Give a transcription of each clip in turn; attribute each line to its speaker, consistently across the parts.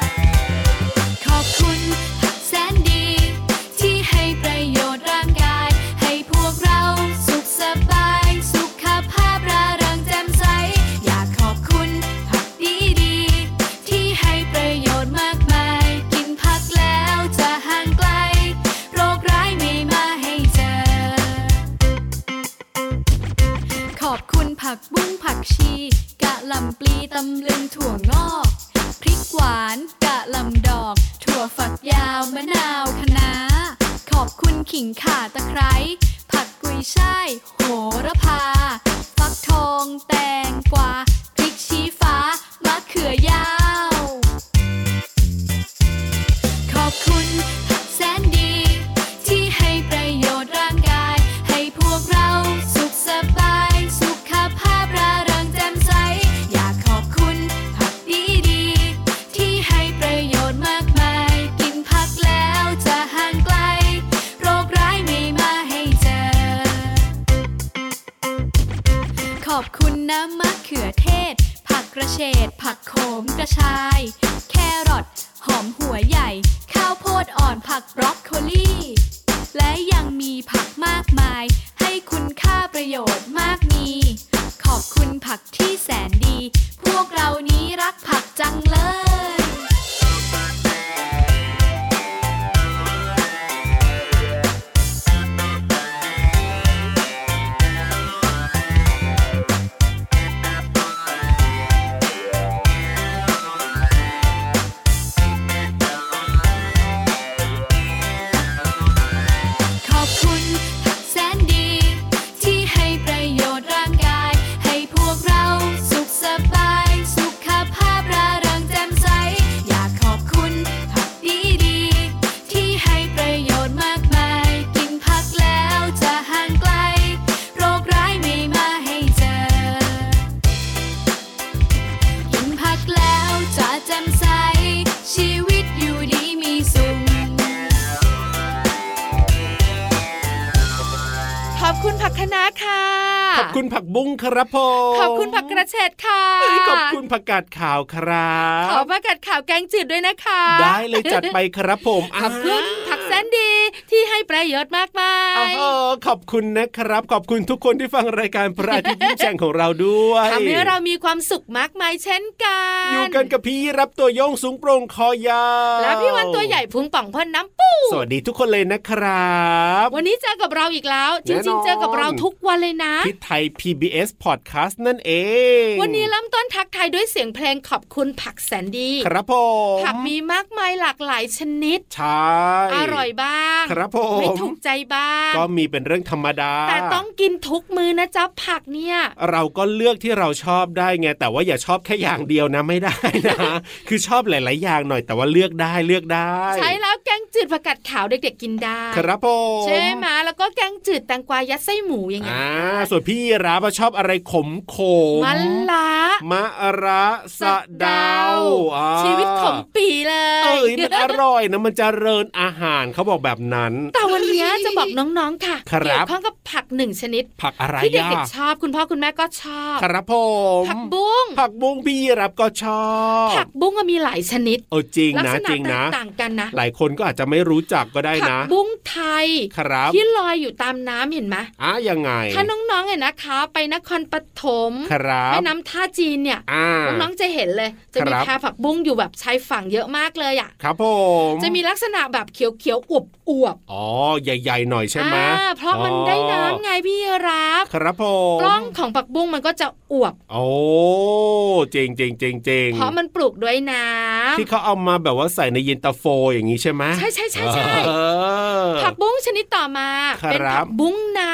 Speaker 1: ขอบคุณผักแสนดี ที่ให้ประโยชน์ร่างกาย ให้พวกเราสุขสบาย สุขภาพร่าเริงแจ่มใส อยากขอบคุณผักดีดีๆที่ให้ประโยชน์มากมาย กินผักแล้วจะห่างไกล โรคร้ายไม่มาให้เจอ ขอบคุณผักบุ้งผักชี กะหล่ำปลีตำลึงถั่วงอก พริกหวานกะหล่ำดอก ถั่วฝักยาวมะนาวคะน้า ขอบคุณขิงข่าตะไคร้ผักกุยช่าย โหระพา ฟักทองแตงกวาพริกชี้ฟ้ามะเขือยาว ขอบคุณผักแสนดี ที่ให้ประโยชน์ร่างกาย ให้พวกเราสุขสบาย สุขภาพร่าเริงแจ่มใส อยากขอบคุณผักดีดีๆที่ให้ประโยชน์มากมาย กินผักแล้วจะห่างไกล โรคร้ายไม่มาให้เจอ ขอบคุณน้ำมะเขือเทศ ผักกระเฉดผักโขมกระชาย แครอทหอมหัวใหญ่ ข้าวโพดอ่อนผักบรอกโคลีและยังมีผักมากมาย ให้คุณค่าประโยชน์มากมี ขอบคุณผักที่แสนดี พวกเรานี้รักผักจังเลย ขอบคุณผักแสนดี ที่ให้ประโยชน์ร่างกาย ให้พวกเราสุขสบาย สุขภาพร่าเริงแจ่มใส อยากขอบคุณผักดีดีๆที่ให้ประโยชน์มากมาย กินผักแล้วจะห่างไกล โรคร้ายไม่มาให้เจอ กินผักแล้วจะแจ่มใส ชีวิตอยู่ดีมีสุข
Speaker 2: ขอบคุณผักคะน้าค่ะ
Speaker 3: ขอบคุณผักบุ้งครับผม
Speaker 2: ขอบคุณผักกระเฉดค่ะ
Speaker 3: เอ้ยขอบคุณผักกาดขาวครั
Speaker 2: ขอบ ผักกาดขาวแกงจืดด้วยนะคะ
Speaker 3: ได้เลยจัดไปครับผม
Speaker 2: ขอบคุณผักแสนดีที่ให้ประโยชน์มากมา
Speaker 3: อ้าวยเออขอบคุณนะครับ ขอบคุณทุกคนที่ฟังรายการพระอาทิตย์ยิ้มแฉ่งของเราด้วย
Speaker 2: ทำให้เรามีความสุขมากมายเช่นกั
Speaker 3: อยู่กันกับพี่รับตัวโยงสูงโปร่งคอยาว
Speaker 2: แล้วพี่วันตัวใหญ่พุงป่องพ่นน้ำปู
Speaker 3: สวัสดีทุกคนเลยนะครับ
Speaker 2: วันนี้เจอกับเราอีกแล้ว จ
Speaker 3: แน่น
Speaker 2: ริ
Speaker 3: อง น
Speaker 2: ๆ เจอกับเราทุกวันเลยนะ
Speaker 3: ที่ไทย PBS Podcast นั่นเอง
Speaker 2: วันนี้เริ่มต้นทักทายด้วยเสียงเพลงขอบคุณผักแสนดี
Speaker 3: ครับผม
Speaker 2: ผักมีมากมายหลากหลายชนิด
Speaker 3: ใช่
Speaker 2: อร่อยบ้าง
Speaker 3: ครับผม
Speaker 2: ไม่ถูกใจบ้าง
Speaker 3: ก็มีเป็นเรื่องธรรมดา
Speaker 2: แต่ต้องกินทุกมือนะจ๊ะผักเนี่ย
Speaker 3: เราก็เลือกที่เราชอบได้ไง แต่ว่าอย่าชอบแค่อย่างเดียวนะไม่ได้นะ คือชอบหลาย ๆ อย่างหน่อยแต่ว่าเลือกได้เลือกได้
Speaker 2: ใช้แล้วแกงจืดผักกาดขาวเด็กๆกินได้
Speaker 3: ครับผม
Speaker 2: ใช่ไหมแล้วก็แกงจืดแตงกวายัดไส้หมูอย่างเงี้ย
Speaker 3: อ่าส่วนพี่รับอะชอบอะไรขมขม
Speaker 2: มันละ
Speaker 3: มะระสะเดาวอ่า
Speaker 2: ชีวิตของปีเล
Speaker 3: เอ้ย
Speaker 2: ย
Speaker 3: มันอร่อยนะมันเจะเริญอาหารเขาบอกแบบนั้น
Speaker 2: แต่วันเนี้ยจะบอกน้องๆค่ะ
Speaker 3: ครับ
Speaker 2: เกี่ยวข้องกับผักหนึ่งชนิด
Speaker 3: ผักอะไร
Speaker 2: ที่เด็
Speaker 3: อ่ะ
Speaker 2: กๆชอบคุณพ่อคุณแม่ก็ชอบ
Speaker 3: ครับผม
Speaker 2: ผักบุ้ง
Speaker 3: ผักบุ้งพี่รับก็ชอบ
Speaker 2: ผักบุ้งก็มีหลายชนิด
Speaker 3: เออจริง
Speaker 2: ลั
Speaker 3: นะ
Speaker 2: ษณะ
Speaker 3: จริง
Speaker 2: แต
Speaker 3: นะ
Speaker 2: กต่างกันนะ
Speaker 3: หลายคนก็อาจจะไม่รู้จักก็ได้
Speaker 2: ผั
Speaker 3: นะ
Speaker 2: บุ้งไทย
Speaker 3: ครับ
Speaker 2: ที่ลอยอยู่ตามน้ำเห็นไหม
Speaker 3: อ่ะยังไง
Speaker 2: ถ้าน้องๆเนี่ยนะคะ ไปนครปฐม
Speaker 3: ครับ
Speaker 2: แม่น้ำท่าจีนเนี่ย
Speaker 3: อ่า
Speaker 2: น้องๆจะเห็นเลย จะ
Speaker 3: ค
Speaker 2: มี
Speaker 3: รับ
Speaker 2: แพรผักบุ้งอยู่แบบชายฝั่งเยอะมากเลยอ่ะ
Speaker 3: ครับ ครับผม
Speaker 2: จะมีลักษณะแบบเขียวๆอวบอวบ
Speaker 3: อ๋อใหญ่ ๆ หน่อยใช่ไหม
Speaker 2: อ่าเพราะมันได้น้ำไงพี่รับ
Speaker 3: ครับผม
Speaker 2: กล้องของผักบุ้งมันก็จะอวบ
Speaker 3: โอ้เจ๋งเจ๋งเจ๋งเจ๋ง
Speaker 2: เพราะมันปลูกด้วยน้
Speaker 3: ที่เขาเอามาแบบว่าใส่ในเย็นตาโฟอย่างนี้ใช่ไหม
Speaker 2: ำใช่ใช่ใช่ใช่
Speaker 3: เออ
Speaker 2: ผักบุ้งชนิดต่อมา
Speaker 3: ครับ
Speaker 2: เป็นผับุ้งนา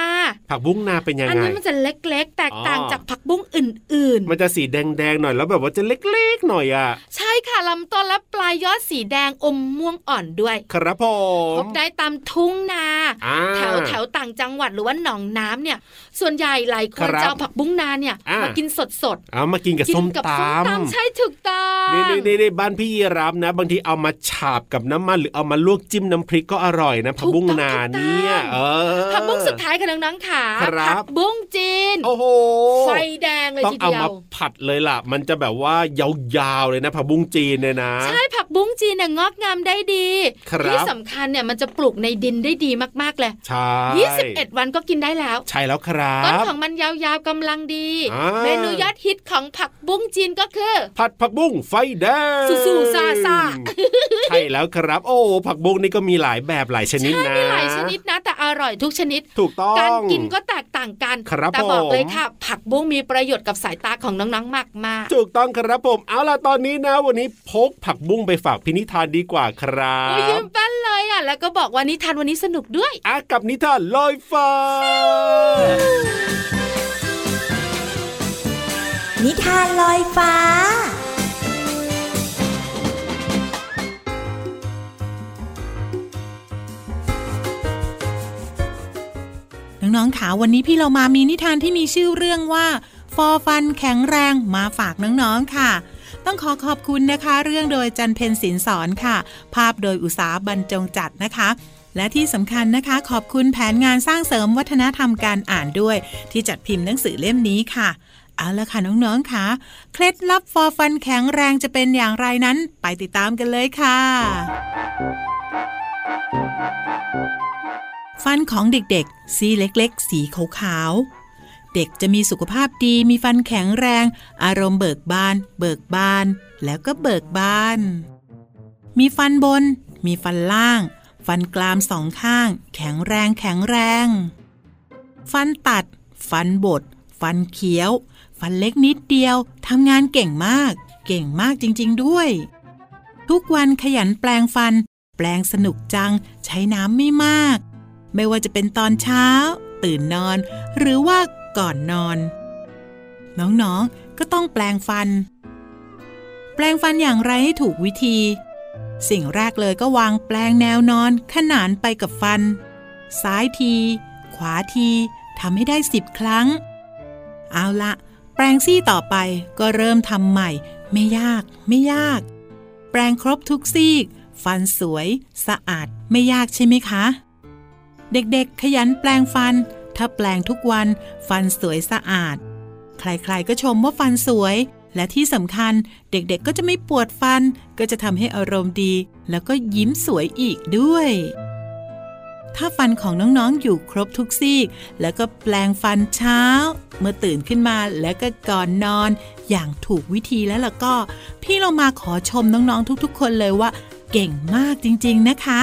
Speaker 3: ผักบุ้งนาเป็นยัง
Speaker 2: อัน
Speaker 3: ไง
Speaker 2: นี้มันจะเล็กๆ แตกต่าง
Speaker 3: อ๋อ
Speaker 2: จากผักบุ้งอื่น ๆ
Speaker 3: มันจะสีแดงๆหน่อยแล้วแบบว่าจะเล็กๆหน่อยอ่ะ
Speaker 2: ใช่ค่ะลำต้นและปลายยอดสีแดงอมม่วงอ่อนด้วย
Speaker 3: ครับผ
Speaker 2: พ
Speaker 3: ม
Speaker 2: บได้ตามทุ่งนา
Speaker 3: อ่า
Speaker 2: แถวแถวต่างจังหวัดหรือว่าหนองน้ำเนี่ย ส่วนใหญ่หลายคน
Speaker 3: ครับ
Speaker 2: จะเอาผักบุ้งนาเนี่ย
Speaker 3: อ่าม
Speaker 2: มากินสดสด
Speaker 3: เอามากินกับ
Speaker 2: กิ
Speaker 3: ส้ม
Speaker 2: กั
Speaker 3: ต
Speaker 2: ส้ม
Speaker 3: ำ
Speaker 2: ตำใช่ถูกต้อง
Speaker 3: นี่นี่นี่บ้านพี่ยีรับนะ บางทีเอามาฉาบกับน้ำมัน หรือเอามาลวกจิ้มน้ำพริกก็อร่อยนะผักบุ้งนาเนี่ยเออ
Speaker 2: ผักบุ้งสุดท้ายค่ะน้องๆขา
Speaker 3: ครับ
Speaker 2: ผับุ้งจีน
Speaker 3: โอ้โห
Speaker 2: ไฟแดงเลย
Speaker 3: ต้อง
Speaker 2: ที
Speaker 3: เอา
Speaker 2: เดีย
Speaker 3: มาว ผัดเลยล่ะ มันจะแบบว่ายาวๆเลยนะผักบุ้งจีนเนี่ยนะ
Speaker 2: ใช่ผักบุ้งจีนเนี่ยงอกงามได้ดี
Speaker 3: ครับ
Speaker 2: ที่สำคัญเนี่ยมันจะปลูกในดินได้ดีมากๆเลย
Speaker 3: ใช่
Speaker 2: 21 วันก็กินได้แล้ว
Speaker 3: ใช่แล้วครั
Speaker 2: ต้น
Speaker 3: บ
Speaker 2: ของมันยาวๆกำลังดี
Speaker 3: อ่า
Speaker 2: เมนูยอดฮิตของผักบุ้งจีนก็คือ
Speaker 3: ผัดผักบุ้งไฟแดง
Speaker 2: สู้ๆซ่า
Speaker 3: ใช่แล้วครับ โอ้ผักบุ้งนี่ก็มีหลายแบบหลายชนิดนะ
Speaker 2: มีหลายชนิดนะ แต่อร่อยทุกชนิด
Speaker 3: ถูกต้อง
Speaker 2: การกินก็แตกต่างกัน
Speaker 3: ครับ
Speaker 2: แต่บอก
Speaker 3: ผม
Speaker 2: เลยค่ะ ผักบุ้งมีประโยชน์กับสายตาของน้องๆมากมาก
Speaker 3: ถูกต้องครับผมเอาล่ะตอนนี้นะ วันนี้พกผักบุ้งไปฝากพินิธานดีกว่าครั
Speaker 2: โอ้ยยื
Speaker 3: บ
Speaker 2: มแป้นเลยอ่ะ แล้วก็บอกว่านิทานวันนี้สนุกด้วย
Speaker 3: อ่ะกับนิทานลอยฟ้า
Speaker 4: นิทานลอยฟ้า
Speaker 5: น้องๆ ค่ะ วันนี้พี่เรามามีนิทานที่มีชื่อเรื่องว่า ฟอฟันแข็งแรงมาฝากน้องๆ ค่ะ ต้องขอขอบคุณนะคะ เรื่องโดยจันเพนศินสอนค่ะ ภาพโดยอุสาบรรจงจัดนะคะ และที่สำคัญนะคะ ขอบคุณแผนงานสร้างเสริมวัฒนธรรมการอ่านด้วย ที่จัดพิมพ์หนังสือเล่มนี้ค่ะ เอาละค่ะน้องๆ ค่ะ เคล็ดลับฟอฟันแข็งแรงจะเป็นอย่างไรนั้น ไปติดตามกันเลยค่ะ ฟันของเด็กๆ ซี่เล็กๆ สีขาวๆ เด็กจะมีสุขภาพดี มีฟันแข็งแรง อารมณ์เบิกบาน เบิกบาน แล้วก็เบิกบาน มีฟันบน มีฟันล่าง ฟันกรามสองข้าง แข็งแรงแข็งแรง ฟันตัด ฟันบด ฟันเขียว ฟันเล็กนิดเดียว ทำงานเก่งมาก เก่งมากจริงๆด้วย ทุกวันขยันแปลงฟัน แปลงสนุกจัง ใช้น้ำไม่มาก ไม่ว่าจะเป็นตอนเช้า ตื่นนอน หรือว่าก่อนนอน น้องๆ ก็ต้องแปลงฟัน แปลงฟันอย่างไรให้ถูกวิธี สิ่งแรกเลยก็วางแปลงแนวนอนขนานไปกับฟัน ซ้ายที ขวาทีทำให้ได้สิบครั้ง เอาละแปลงซี่ต่อไปก็เริ่มทำใหม่ ไม่ยาก ไม่ยาก แปลงครบทุกซี่ก ฟันสวย สะอาดไม่ยากใช่ไหมคะ เด็กๆ ขยันแปลงฟัน ถ้าแปลงทุกวัน ฟันสวยสะอาด ใครๆ ก็ชมว่าฟันสวย และที่สำคัญ เด็กๆ ก็จะไม่ปวดฟัน ก็จะทำให้อารมณ์ดี แล้วก็ยิ้มสวยอีกด้วย ถ้าฟันของน้องๆ อยู่ครบทุกซี่กแล้วก็แปลงฟันเช้า เมื่อตื่นขึ้นมาแล้วก็ก่อนนอน อย่างถูกวิธีแล้วล่ะก็ พี่เรามาขอชมน้องๆ ทุกๆ คนเลยว่า เก่งมากจริงๆ นะคะ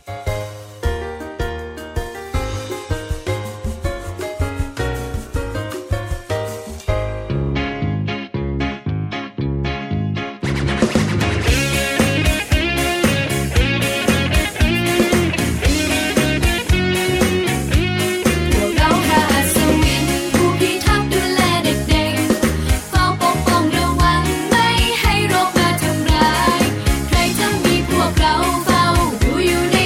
Speaker 1: พวกเราราศวินผู้พิทักษ์ดูแลเด็กๆเฝ้าปกป้องระวังไม่ให้โรคมาทำร้าย ใครจะมีพวกเราเฝ้าดูอยู่ใน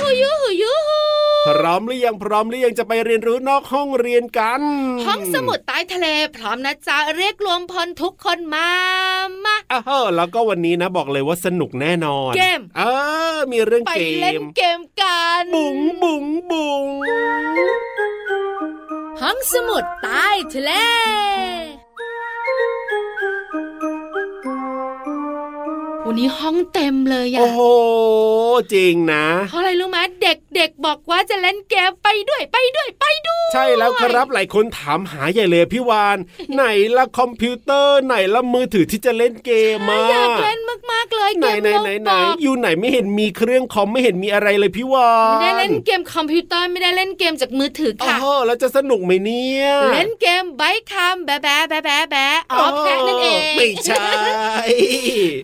Speaker 3: ยังพร้อมหรือยังจะไปเรียนรู้นอกห้องเรียนกัน
Speaker 2: ห้องสมุดใต้ทะเลพร้อมนะจ๊ะเรียกรวมพลทุกคนมามา
Speaker 3: อ่ะเฮ้อแล้วก็วันนี้นะบอกเลยว่าสนุกแน่นอน
Speaker 2: เกม
Speaker 3: เออมีเรื่อง
Speaker 2: ไป
Speaker 3: เก
Speaker 2: เล่น
Speaker 3: ม
Speaker 2: เกมกัน
Speaker 3: บุ๋งบุ๋งบุ๋ง
Speaker 2: ห้องสมุดใต้ทะเล วันนี้ห้องเต็มเลยอะ
Speaker 3: โอ้โหจริงนะ
Speaker 2: เพราะอะไรรู้ไหมเด็กๆบอกว่าจะเล่นเกมไปด้วยไปด้วยไปด้วย
Speaker 3: ใช่แล้วครับหลายคนถามหาใหญ่เลยพี่วาน ไหนละคอมพิวเตอร์ไหนละมือถือที่จะเล่นเกมมา
Speaker 2: อยากเล่นมากๆเลย
Speaker 3: ไห
Speaker 2: เก
Speaker 3: น
Speaker 2: ม
Speaker 3: ไหนไห
Speaker 2: โลก
Speaker 3: นไหน
Speaker 2: บอก
Speaker 3: อยู่ไหนไม่เห็นมีเครื่องคอมไม่เห็นมีอะไรเลยพี่วา
Speaker 2: ไม่
Speaker 3: น
Speaker 2: ได้เล่นเกมคอมพิวเตอร์ไม่ได้เล่นเกมจากมือถือ
Speaker 3: โอ้
Speaker 2: ค่ะ
Speaker 3: โหแล้วจะสนุกไหมเนี่ย
Speaker 2: เล่นเกมใบคำแบะแบะแบะแบะแบะอ๋อแพ้นั่นเอง
Speaker 3: ไม่ใช่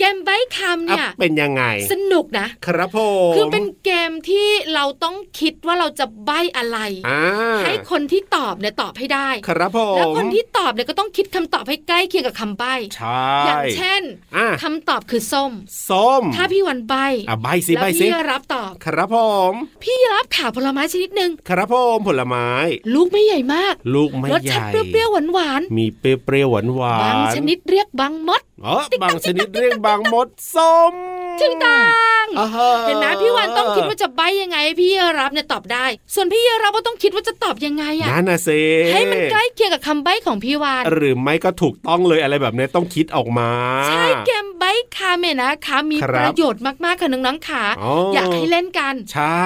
Speaker 2: เกมใบคำเนี่ย
Speaker 3: อ่ะเป็นยังไง
Speaker 2: สนุกนะ
Speaker 3: ครับผม
Speaker 2: คือเป็นเกมที่เราต้องคิดว่าเราจะใบอะไร
Speaker 3: อ่า
Speaker 2: ให้คนที่ตอบเนี่ยตอบให้ได้
Speaker 3: ครับผม
Speaker 2: แล้วคนที่ตอบเนี่ยก็ต้องคิดคำตอบให้ใกล้เคียงกับคำใบ
Speaker 3: ใช่
Speaker 2: อย่างเช่น
Speaker 3: อ่ะ
Speaker 2: คำตอบคือส้ม
Speaker 3: ส้ม
Speaker 2: ถ้าพี่วันใบ
Speaker 3: อ่ะใบสิ
Speaker 2: แล้ว
Speaker 3: ใบสิ
Speaker 2: พี่รับตอบ
Speaker 3: ครับผม
Speaker 2: พี่รับข่าวผลไม้ชนิดหนึ่ง
Speaker 3: ครับผมผลไม้
Speaker 2: ลูกไม่ใหญ่มาก
Speaker 3: ลูกไม่
Speaker 2: รส
Speaker 3: ให
Speaker 2: ชาติ
Speaker 3: ญ่
Speaker 2: เปรี้ยวๆหวาน
Speaker 3: มีเปรี้ยวๆหวานหวา
Speaker 2: ๆบาง
Speaker 3: น
Speaker 2: ชนิดเรียกบางมด
Speaker 3: อ๋อบางชนิดเรียกบางมดส้ม
Speaker 2: ถึงตัง
Speaker 3: อ่าฮะ
Speaker 2: เห็นไหมพี่วันต้องคิดว่าจะใบยังไง พี่รับเนี่ยตอบได้ ส่วนพี่รับก็ต้องคิดว่าจะตอบยังไงอะ
Speaker 3: นั่นนะเซ
Speaker 2: ให้มันใกล้เคียงกับคำใบของพี่วาน
Speaker 3: หรือไม่ก็ถูกต้องเลยอะไรแบบนี้ต้องคิดออกมา
Speaker 2: ใช่เกมไบค์คาเมนนะคะ มี
Speaker 3: ครับ
Speaker 2: ประโยชน์มากๆค่ะน้องๆขา
Speaker 3: อ๋ออ
Speaker 2: ยากให้เล่นกัน
Speaker 3: ใช่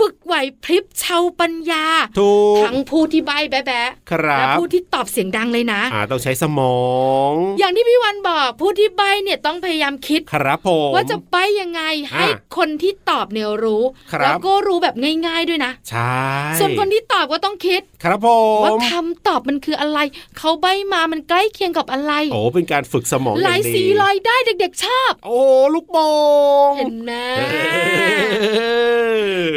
Speaker 2: ฝึกไหวพริบเชาวปัญญา
Speaker 3: ถูก
Speaker 2: ทั้งผู้ที่ใบแบ๊ะแบ๊ะ
Speaker 3: ครั
Speaker 2: และ
Speaker 3: บ
Speaker 2: ผู้ที่ตอบเสียงดังเลยนะ
Speaker 3: อ่าต้องใช้สมอง
Speaker 2: อย่างที่พี่วันบอกผู้ที่ใบเนี่ยต้องพยายามคิด
Speaker 3: ครับผม
Speaker 2: ว่าจะใบยังไงให้คนที่ตอบเนี่ยรู้
Speaker 3: ครับ
Speaker 2: แล้วก็รู้แบบง่าย ๆด้วยนะ
Speaker 3: ใช่
Speaker 2: ส่วนคนที่ตอบก็ต้องคิด
Speaker 3: ครับผ
Speaker 2: ว่าม คำตอบมันคืออะไร เขาใบมามันใกล้เคียงกับอะไร
Speaker 3: โอ้เป็นการฝึกสมององ
Speaker 2: ลาย
Speaker 3: ดี
Speaker 2: สีลอยได้เด็ก ๆ ชอบ
Speaker 3: โอ้ลูกโป่ง
Speaker 2: เห็นไหม
Speaker 3: นี่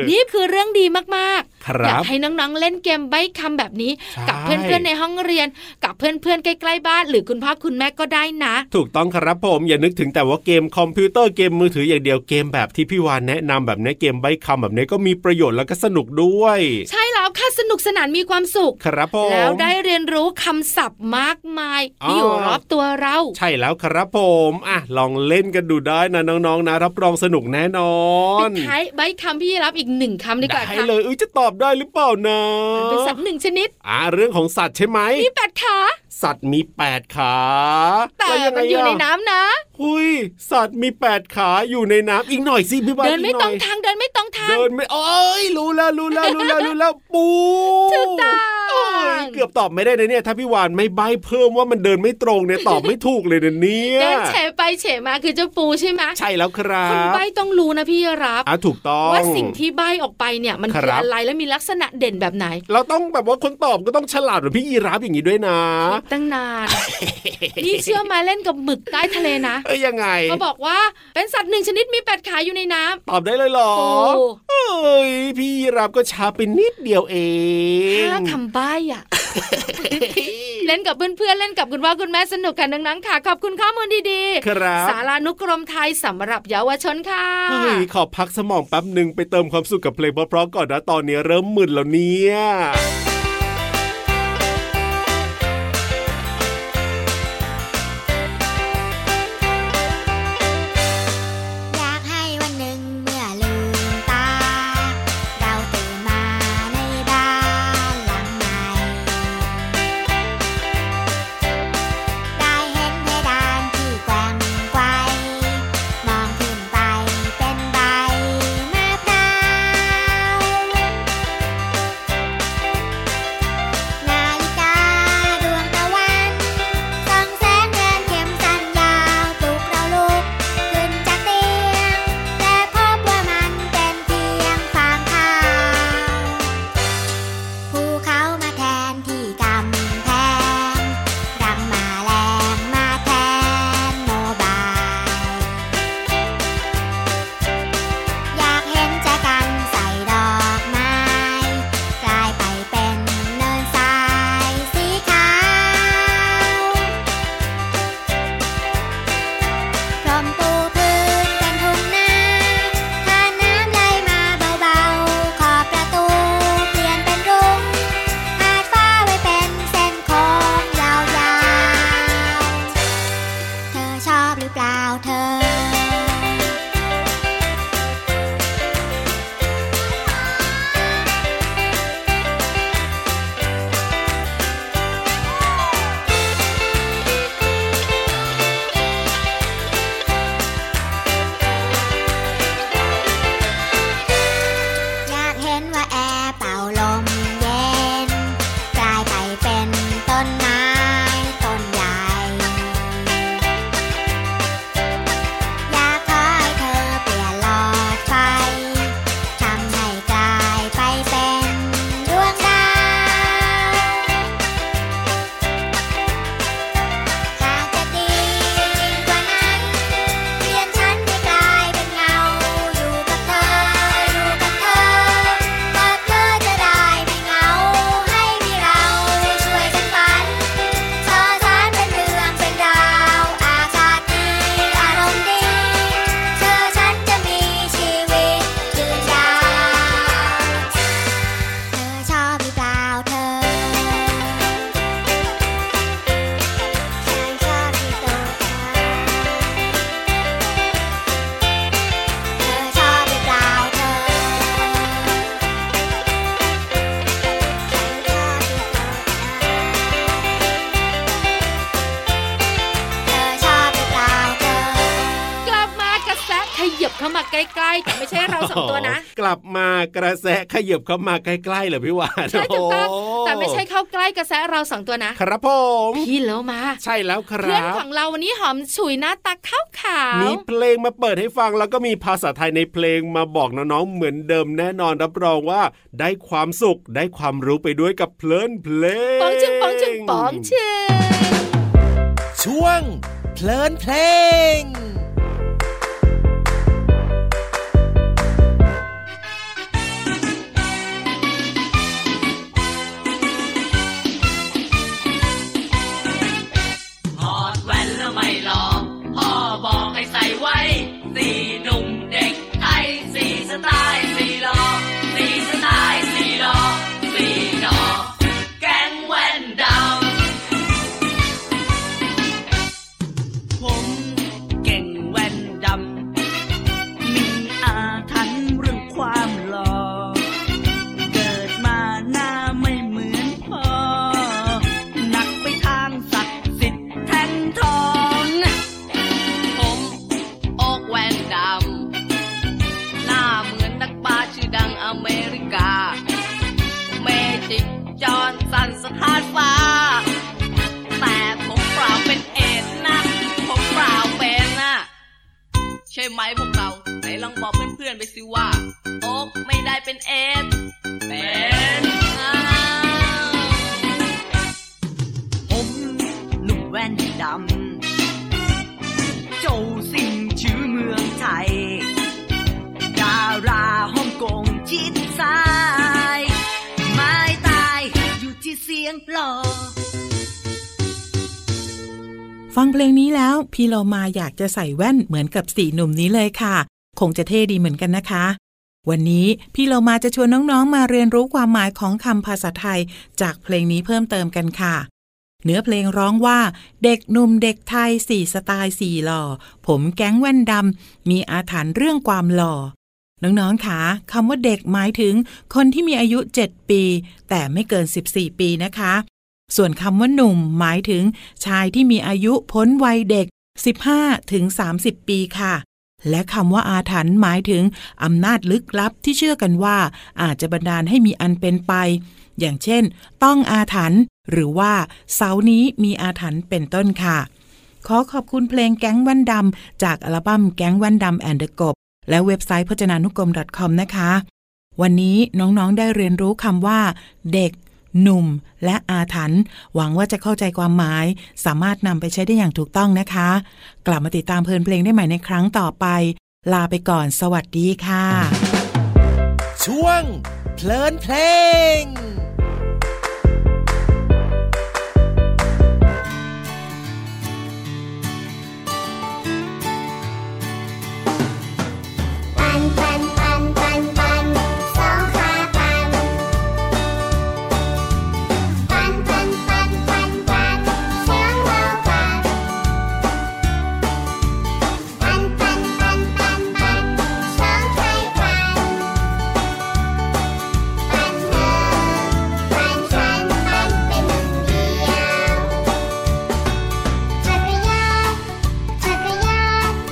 Speaker 2: นี่คือเรื่องดีมาก
Speaker 3: ค
Speaker 2: ๆ
Speaker 3: รับ
Speaker 2: อยากให้น้องๆ เล่นเกมใบ้คำแบบนี้
Speaker 3: ใช่
Speaker 2: กับเพื่อนๆ ในห้องเรียน กับเพื่อนๆ ใกล้ๆ บ้าน หรือคุณพ่อคุณแม่ก็ได้นะ
Speaker 3: ถูกต้องครับผมอย่านึกถึงแต่ว่าเกมคอมพิวเตอร์เกมมือถืออย่างเดียวเกมแบบที่พี่วานแนะนำแบบนี้เกมใบคำแบบนี้ก็มีประโยชน์แล้วก็สนุกด้วย
Speaker 2: ใช่แล้วค่ะสนุกสนานมีความสุข
Speaker 3: ครับผม
Speaker 2: แล้วได้เรียนรู้คำศัพท์มากมาย
Speaker 3: อ๋อ
Speaker 2: ที่อยู่รอบตัวเรา
Speaker 3: ใช่แล้วครับผมอ่ะลองเล่นกันดูได้นะน้องๆนะรับรองสนุกแน่นอ
Speaker 2: ปิ
Speaker 3: น
Speaker 2: ดท้ายใบ้คำพี่รับอีกหนึ่งคำดีกว่า
Speaker 3: ได้
Speaker 2: ค่ะ
Speaker 3: เลยเอ้ยจะตอบได้หรือเปล่านะ
Speaker 2: มันเป็นสัตว์หนึ่งชนิด
Speaker 3: อ่าเรื่องของสัตว์ใช่ไหม
Speaker 2: มีแปดขา
Speaker 3: สัตว์มีแปดขา
Speaker 2: แต่
Speaker 3: ล้วงไง
Speaker 2: มันอยู่
Speaker 3: ะ
Speaker 2: ในน้ำนะ
Speaker 3: หุยสัตว์มีแปดขาอยู่ในน้ำอีกหน่อยสิพี่วาน
Speaker 2: เดินไม่
Speaker 3: อีกหน่
Speaker 2: ตร
Speaker 3: อง ย
Speaker 2: ทางเดินไม่ตรงทาง
Speaker 3: เดินไม่เอ้ยรู้แล้วรู้แล้วรู้แล้วรู้แล้วปู
Speaker 2: ถูกต้อง
Speaker 3: โอ้ยเกือบตอบไม่ได้นะเนี่ย ถ้าพี่วานไม่ใบเพิ่มว่ามันเดินไม่ตรงเนี่ยตอบไม่ถูกเลยนะเนี่ย
Speaker 2: เดินเฉไปเฉมาคือเจ้าปูใช่ไหม
Speaker 3: ใช่แล้วครั
Speaker 2: คน
Speaker 3: บ
Speaker 2: ใบ้ต้องรู้นะพี่รับ
Speaker 3: อ่ะถูกต้อง
Speaker 2: ว่าสิ่งที่ใบออกไปเนี่ยมัน
Speaker 3: ค
Speaker 2: คือ
Speaker 3: รับ
Speaker 2: อะไรและมีลักษณะเด่นแบบไหน
Speaker 3: เราต้องแบบว่าคนตอบก็ต้องฉลาดเหมือนพี่ยีราฟอย่างนี้ด้วยนะ
Speaker 2: คิดตั้งนาน นี่เชื่อไหมาเล่นกับหมึกใต้ทะเลนะ
Speaker 3: เอ้ยยังไง
Speaker 2: เขาบอกว่าเป็นสัตว์หนึ่งชนิดมีแปดขาอยู่ในน้
Speaker 3: ตอบได้เลยเหร
Speaker 2: ำ
Speaker 3: อ
Speaker 2: ปู
Speaker 3: เอ้ยพี่ยีราฟก็ช้าไปนิดเดียวเอง
Speaker 2: ห้าคำใบอ่ะ เล่นกับเพื่อนๆเล่นกับคุณพ่อคุณแม่สนุกกันนังๆค่ะ ขอบคุณข้อมูลดี
Speaker 3: ครั
Speaker 2: ๆ
Speaker 3: บ
Speaker 2: สารานุกรมไทยสำหรับเยาวชนค่ะ
Speaker 3: เฮ้ยขอพักสมองแป๊บหนึ่งไปเติมความสุขกับเพลงเพราะๆก่อนนะตอนนี้เริ่มมึนแล้วเนี่ย
Speaker 6: อยากให้วันหนึ่งเมื่อลืมตา เราตื่นมาในบ้านหลังใหม่ ได้เห็นเพดานที่แกว่งไกวมองขึ้นไปเป็นใบมะพร้าว
Speaker 2: ใกล้ๆแต่ไม่ใช่เราสองตัวนะ
Speaker 3: กลับมากระแสะขยับเข้ามาใกล้ๆเลยพี่วาน
Speaker 2: ใช่ถูกต้อง
Speaker 3: โอ้
Speaker 2: แต่ไม่ใช่เข้าใกล้กระแสเราสองตัวนะครับ
Speaker 3: ผม
Speaker 2: พี่โลมา
Speaker 3: ใช่แล้วค
Speaker 2: เพื่
Speaker 3: รั
Speaker 2: อน
Speaker 3: บ
Speaker 2: ของเราวันนี้หอมฉุยหน้าตาขาวขาว
Speaker 3: มีเพลงมาเปิดให้ฟังแล้วก็มีภาษาไทยในเพลงมาบอกน้องๆเหมือนเดิมแน่นอนรับรองว่า ได้ความสุขได้ความรู้ไปด้วยกับเพลินเพลง
Speaker 2: ปองชิงปองชิงปองชิง
Speaker 7: ช่วง เพลินเพลง
Speaker 8: ถอดแว่นแล้วไม่ลองพ่อบอกให้ใส่ไว้ สีหนุ่มเด็กไทยสีสไตล์สีหลอสีสไตล์สีหลอสีหนอแกงแว่นดำผมเก่งแว่นดำ มีอาถรรพ์เรื่องความหล่อ เกิดมาหน้าไม่เหมือนพ่อ หนักไปทางศักดิ์สิทธิ์แทนทอง ผมออกแวนดำ หน้าเหมือนนักปราชญ์ชื่อดังอเมริกา เมจิกจอห์นสันสถานฟ้า แต่ผมเปล่าเป็นเอ็ดนะ ผมเปล่าเป็นนะ ใช่ไหมพวกเราไหนลองบอกเพื่อนๆไปสิว่า โอ๊กไม่ได้เป็นเอสเป็นอ้าวผมหนุ่มแว่นดำ โจสิงชื่อเมืองไทย ดาราฮ่องกงชิดซ้าย ไม่ตายอยู่ที่เสียงหล่อ
Speaker 5: ฟังเพลงนี้แล้ว พี่เรามาอยากจะใส่แว่นเหมือนกับสี่หนุ่มนี้เลยค่ะ คงจะเท่ดีเหมือนกันนะคะ วันนี้พี่เรามาจะชวนน้องๆมาเรียนรู้ความหมายของคำภาษาไทย จากเพลงนี้เพิ่มเติมกันค่ะ เนื้อเพลงร้องว่า เด็กหนุ่มเด็กไทยสี่สไตล์สี่หล่อ ผมแก๊งแว่นดำมีอาถรรพ์เรื่องความหล่อ น้องๆคะคำว่าเด็กหมายถึง คนที่มีอายุ 7 ปี แต่ไม่เกิน 14 ปีนะคะ ส่วนคำว่าหนุ่มหมายถึง ชายที่มีอายุพ้นวัยเด็ก 15 ถึง 30 ปีค่ะ และคำว่าอาถรรพ์หมายถึง อำนาจลึกลับที่เชื่อกันว่า อาจจะบันดาลให้มีอันเป็นไป อย่างเช่น ต้องอาถรรพ์หรือว่า เสานี้มีอาถรรพ์เป็นต้นค่ะ ขอขอบคุณเพลงแก๊งแว่นดำจากอัลบั้มแก๊งแว่นดำแอนเดอะกบ และเว็บไซต์พจนานุกรม .com นะคะ วันนี้น้องๆ ได้เรียนรู้คำว่า เด็ก หนุ่ม และอาถรรพ์หวังว่าจะเข้าใจความหมาย สามารถนำไปใช้ได้อย่างถูกต้องนะคะ กลับมาติดตามเพลินเพลงได้ใหม่ในครั้งต่อไป ลาไปก่อน สวัสดีค่ะ
Speaker 7: ช่วง เพลินเพลง
Speaker 6: ปันปันปันปันปันสองขาปัน ปันปันปันปันปันเสียงเบาปัน ปันปันปันปันปันสองไข่ปัน ปันหนึ่งปัน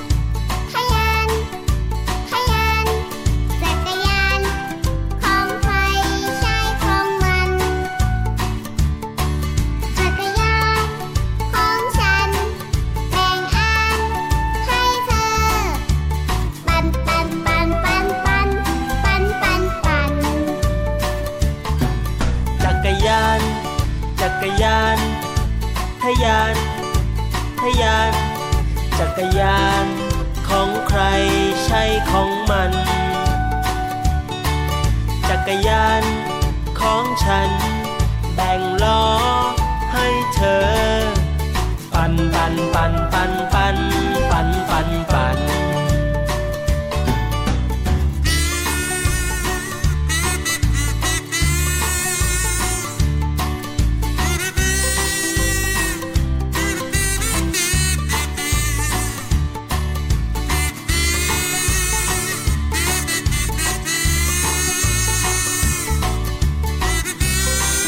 Speaker 6: ฉันปันเป็นหนึ่งเดียวจักรยานจักรยานขยัน ขยันจักรยานของใครใช้ของมันจักรยานของฉันแบ่งอันให้เธอ ปันปันปันปันปันปันปันปัน
Speaker 8: จักรยาน จักรยาน ทะยาน ทะยาน จักรยาน ของใครใช่ของมัน จักรยาน ของฉัน แบ่งล้อให้เธอ ปันปันปันปันปันปันปันปัน
Speaker 6: ป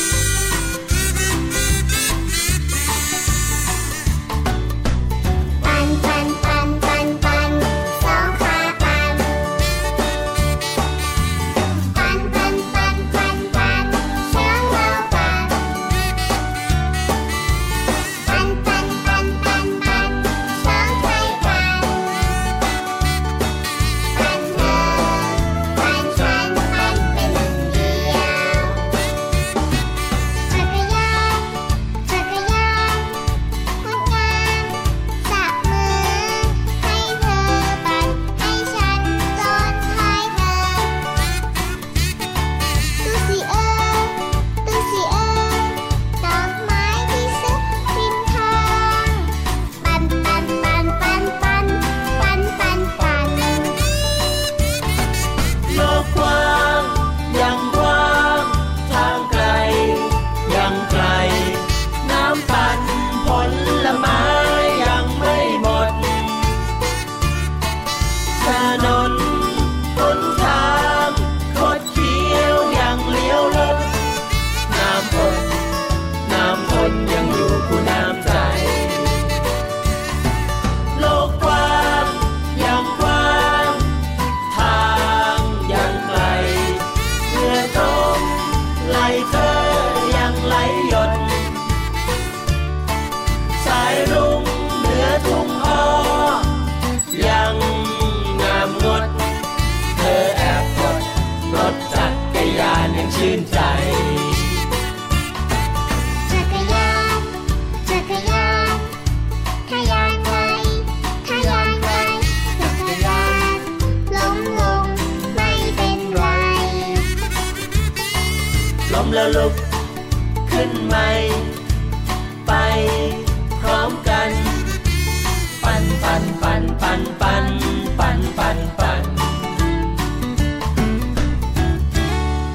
Speaker 8: ลุก ขึ้นใหม่ ไปพร้อมกัน ปันปันปันปันปันปันปันปัน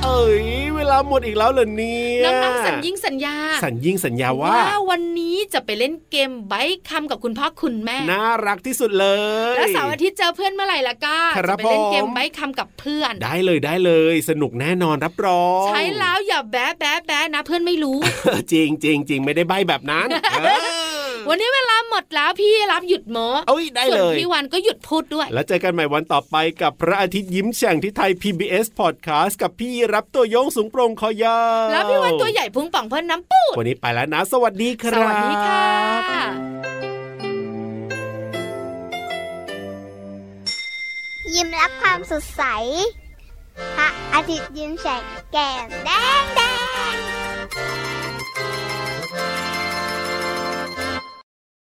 Speaker 3: เอ้ยเวลาหมดอีกแล้วเหรอเนี่ย
Speaker 2: น้องๆสัญญิงสัญญา
Speaker 3: สัญญิงสัญญาว่า
Speaker 2: วันนี้จะไปเล่นเกมใบคำกับคุณพ่อคุณแม่
Speaker 3: น่ารักที่สุดเลย
Speaker 2: แล้วเสาร์อาทิตย์เจอเพื่อนเมื่อไหร่ละก็
Speaker 3: ครับ
Speaker 2: จะไปเล่น
Speaker 3: ผม
Speaker 2: เกมใบคำกับเพื่อน
Speaker 3: ได้เลยได้เลย สนุกแน่นอนรับรอง
Speaker 2: ใช้แล้วอย่าแบ๊ะแบ๊ะแบ๊ะนะเพื่อนไม่รู้
Speaker 3: จริงจริงจริงไม่ได้ใบแบบ นั้นเออ
Speaker 2: วันนี้เวลาหมดแล้วพี่รับหยุดโม
Speaker 3: เอ้ยได้
Speaker 2: ส่ว
Speaker 3: เล
Speaker 2: น
Speaker 3: ย
Speaker 2: พี่วันก็หยุดพูดด้วย
Speaker 3: แล้วเจอกันใหม่วันต่อไปกับพระอาทิตย์ยิ้มแฉ่งที่ไทย PBS Podcast กับพี่รับตัวโยงสูงโปรงคอยาว
Speaker 2: แล้วพี่วันตัวใหญ่พุงป่องเพิ่นน้ำปูด
Speaker 3: วันนี้ไปแล้วนะ สวัสดีค
Speaker 2: ส
Speaker 3: รับ
Speaker 2: วัสดีค่ะ
Speaker 6: ยิ้มรับความสดใส พระอาทิตย์ยิ้มแฉกแก้มแดงแดง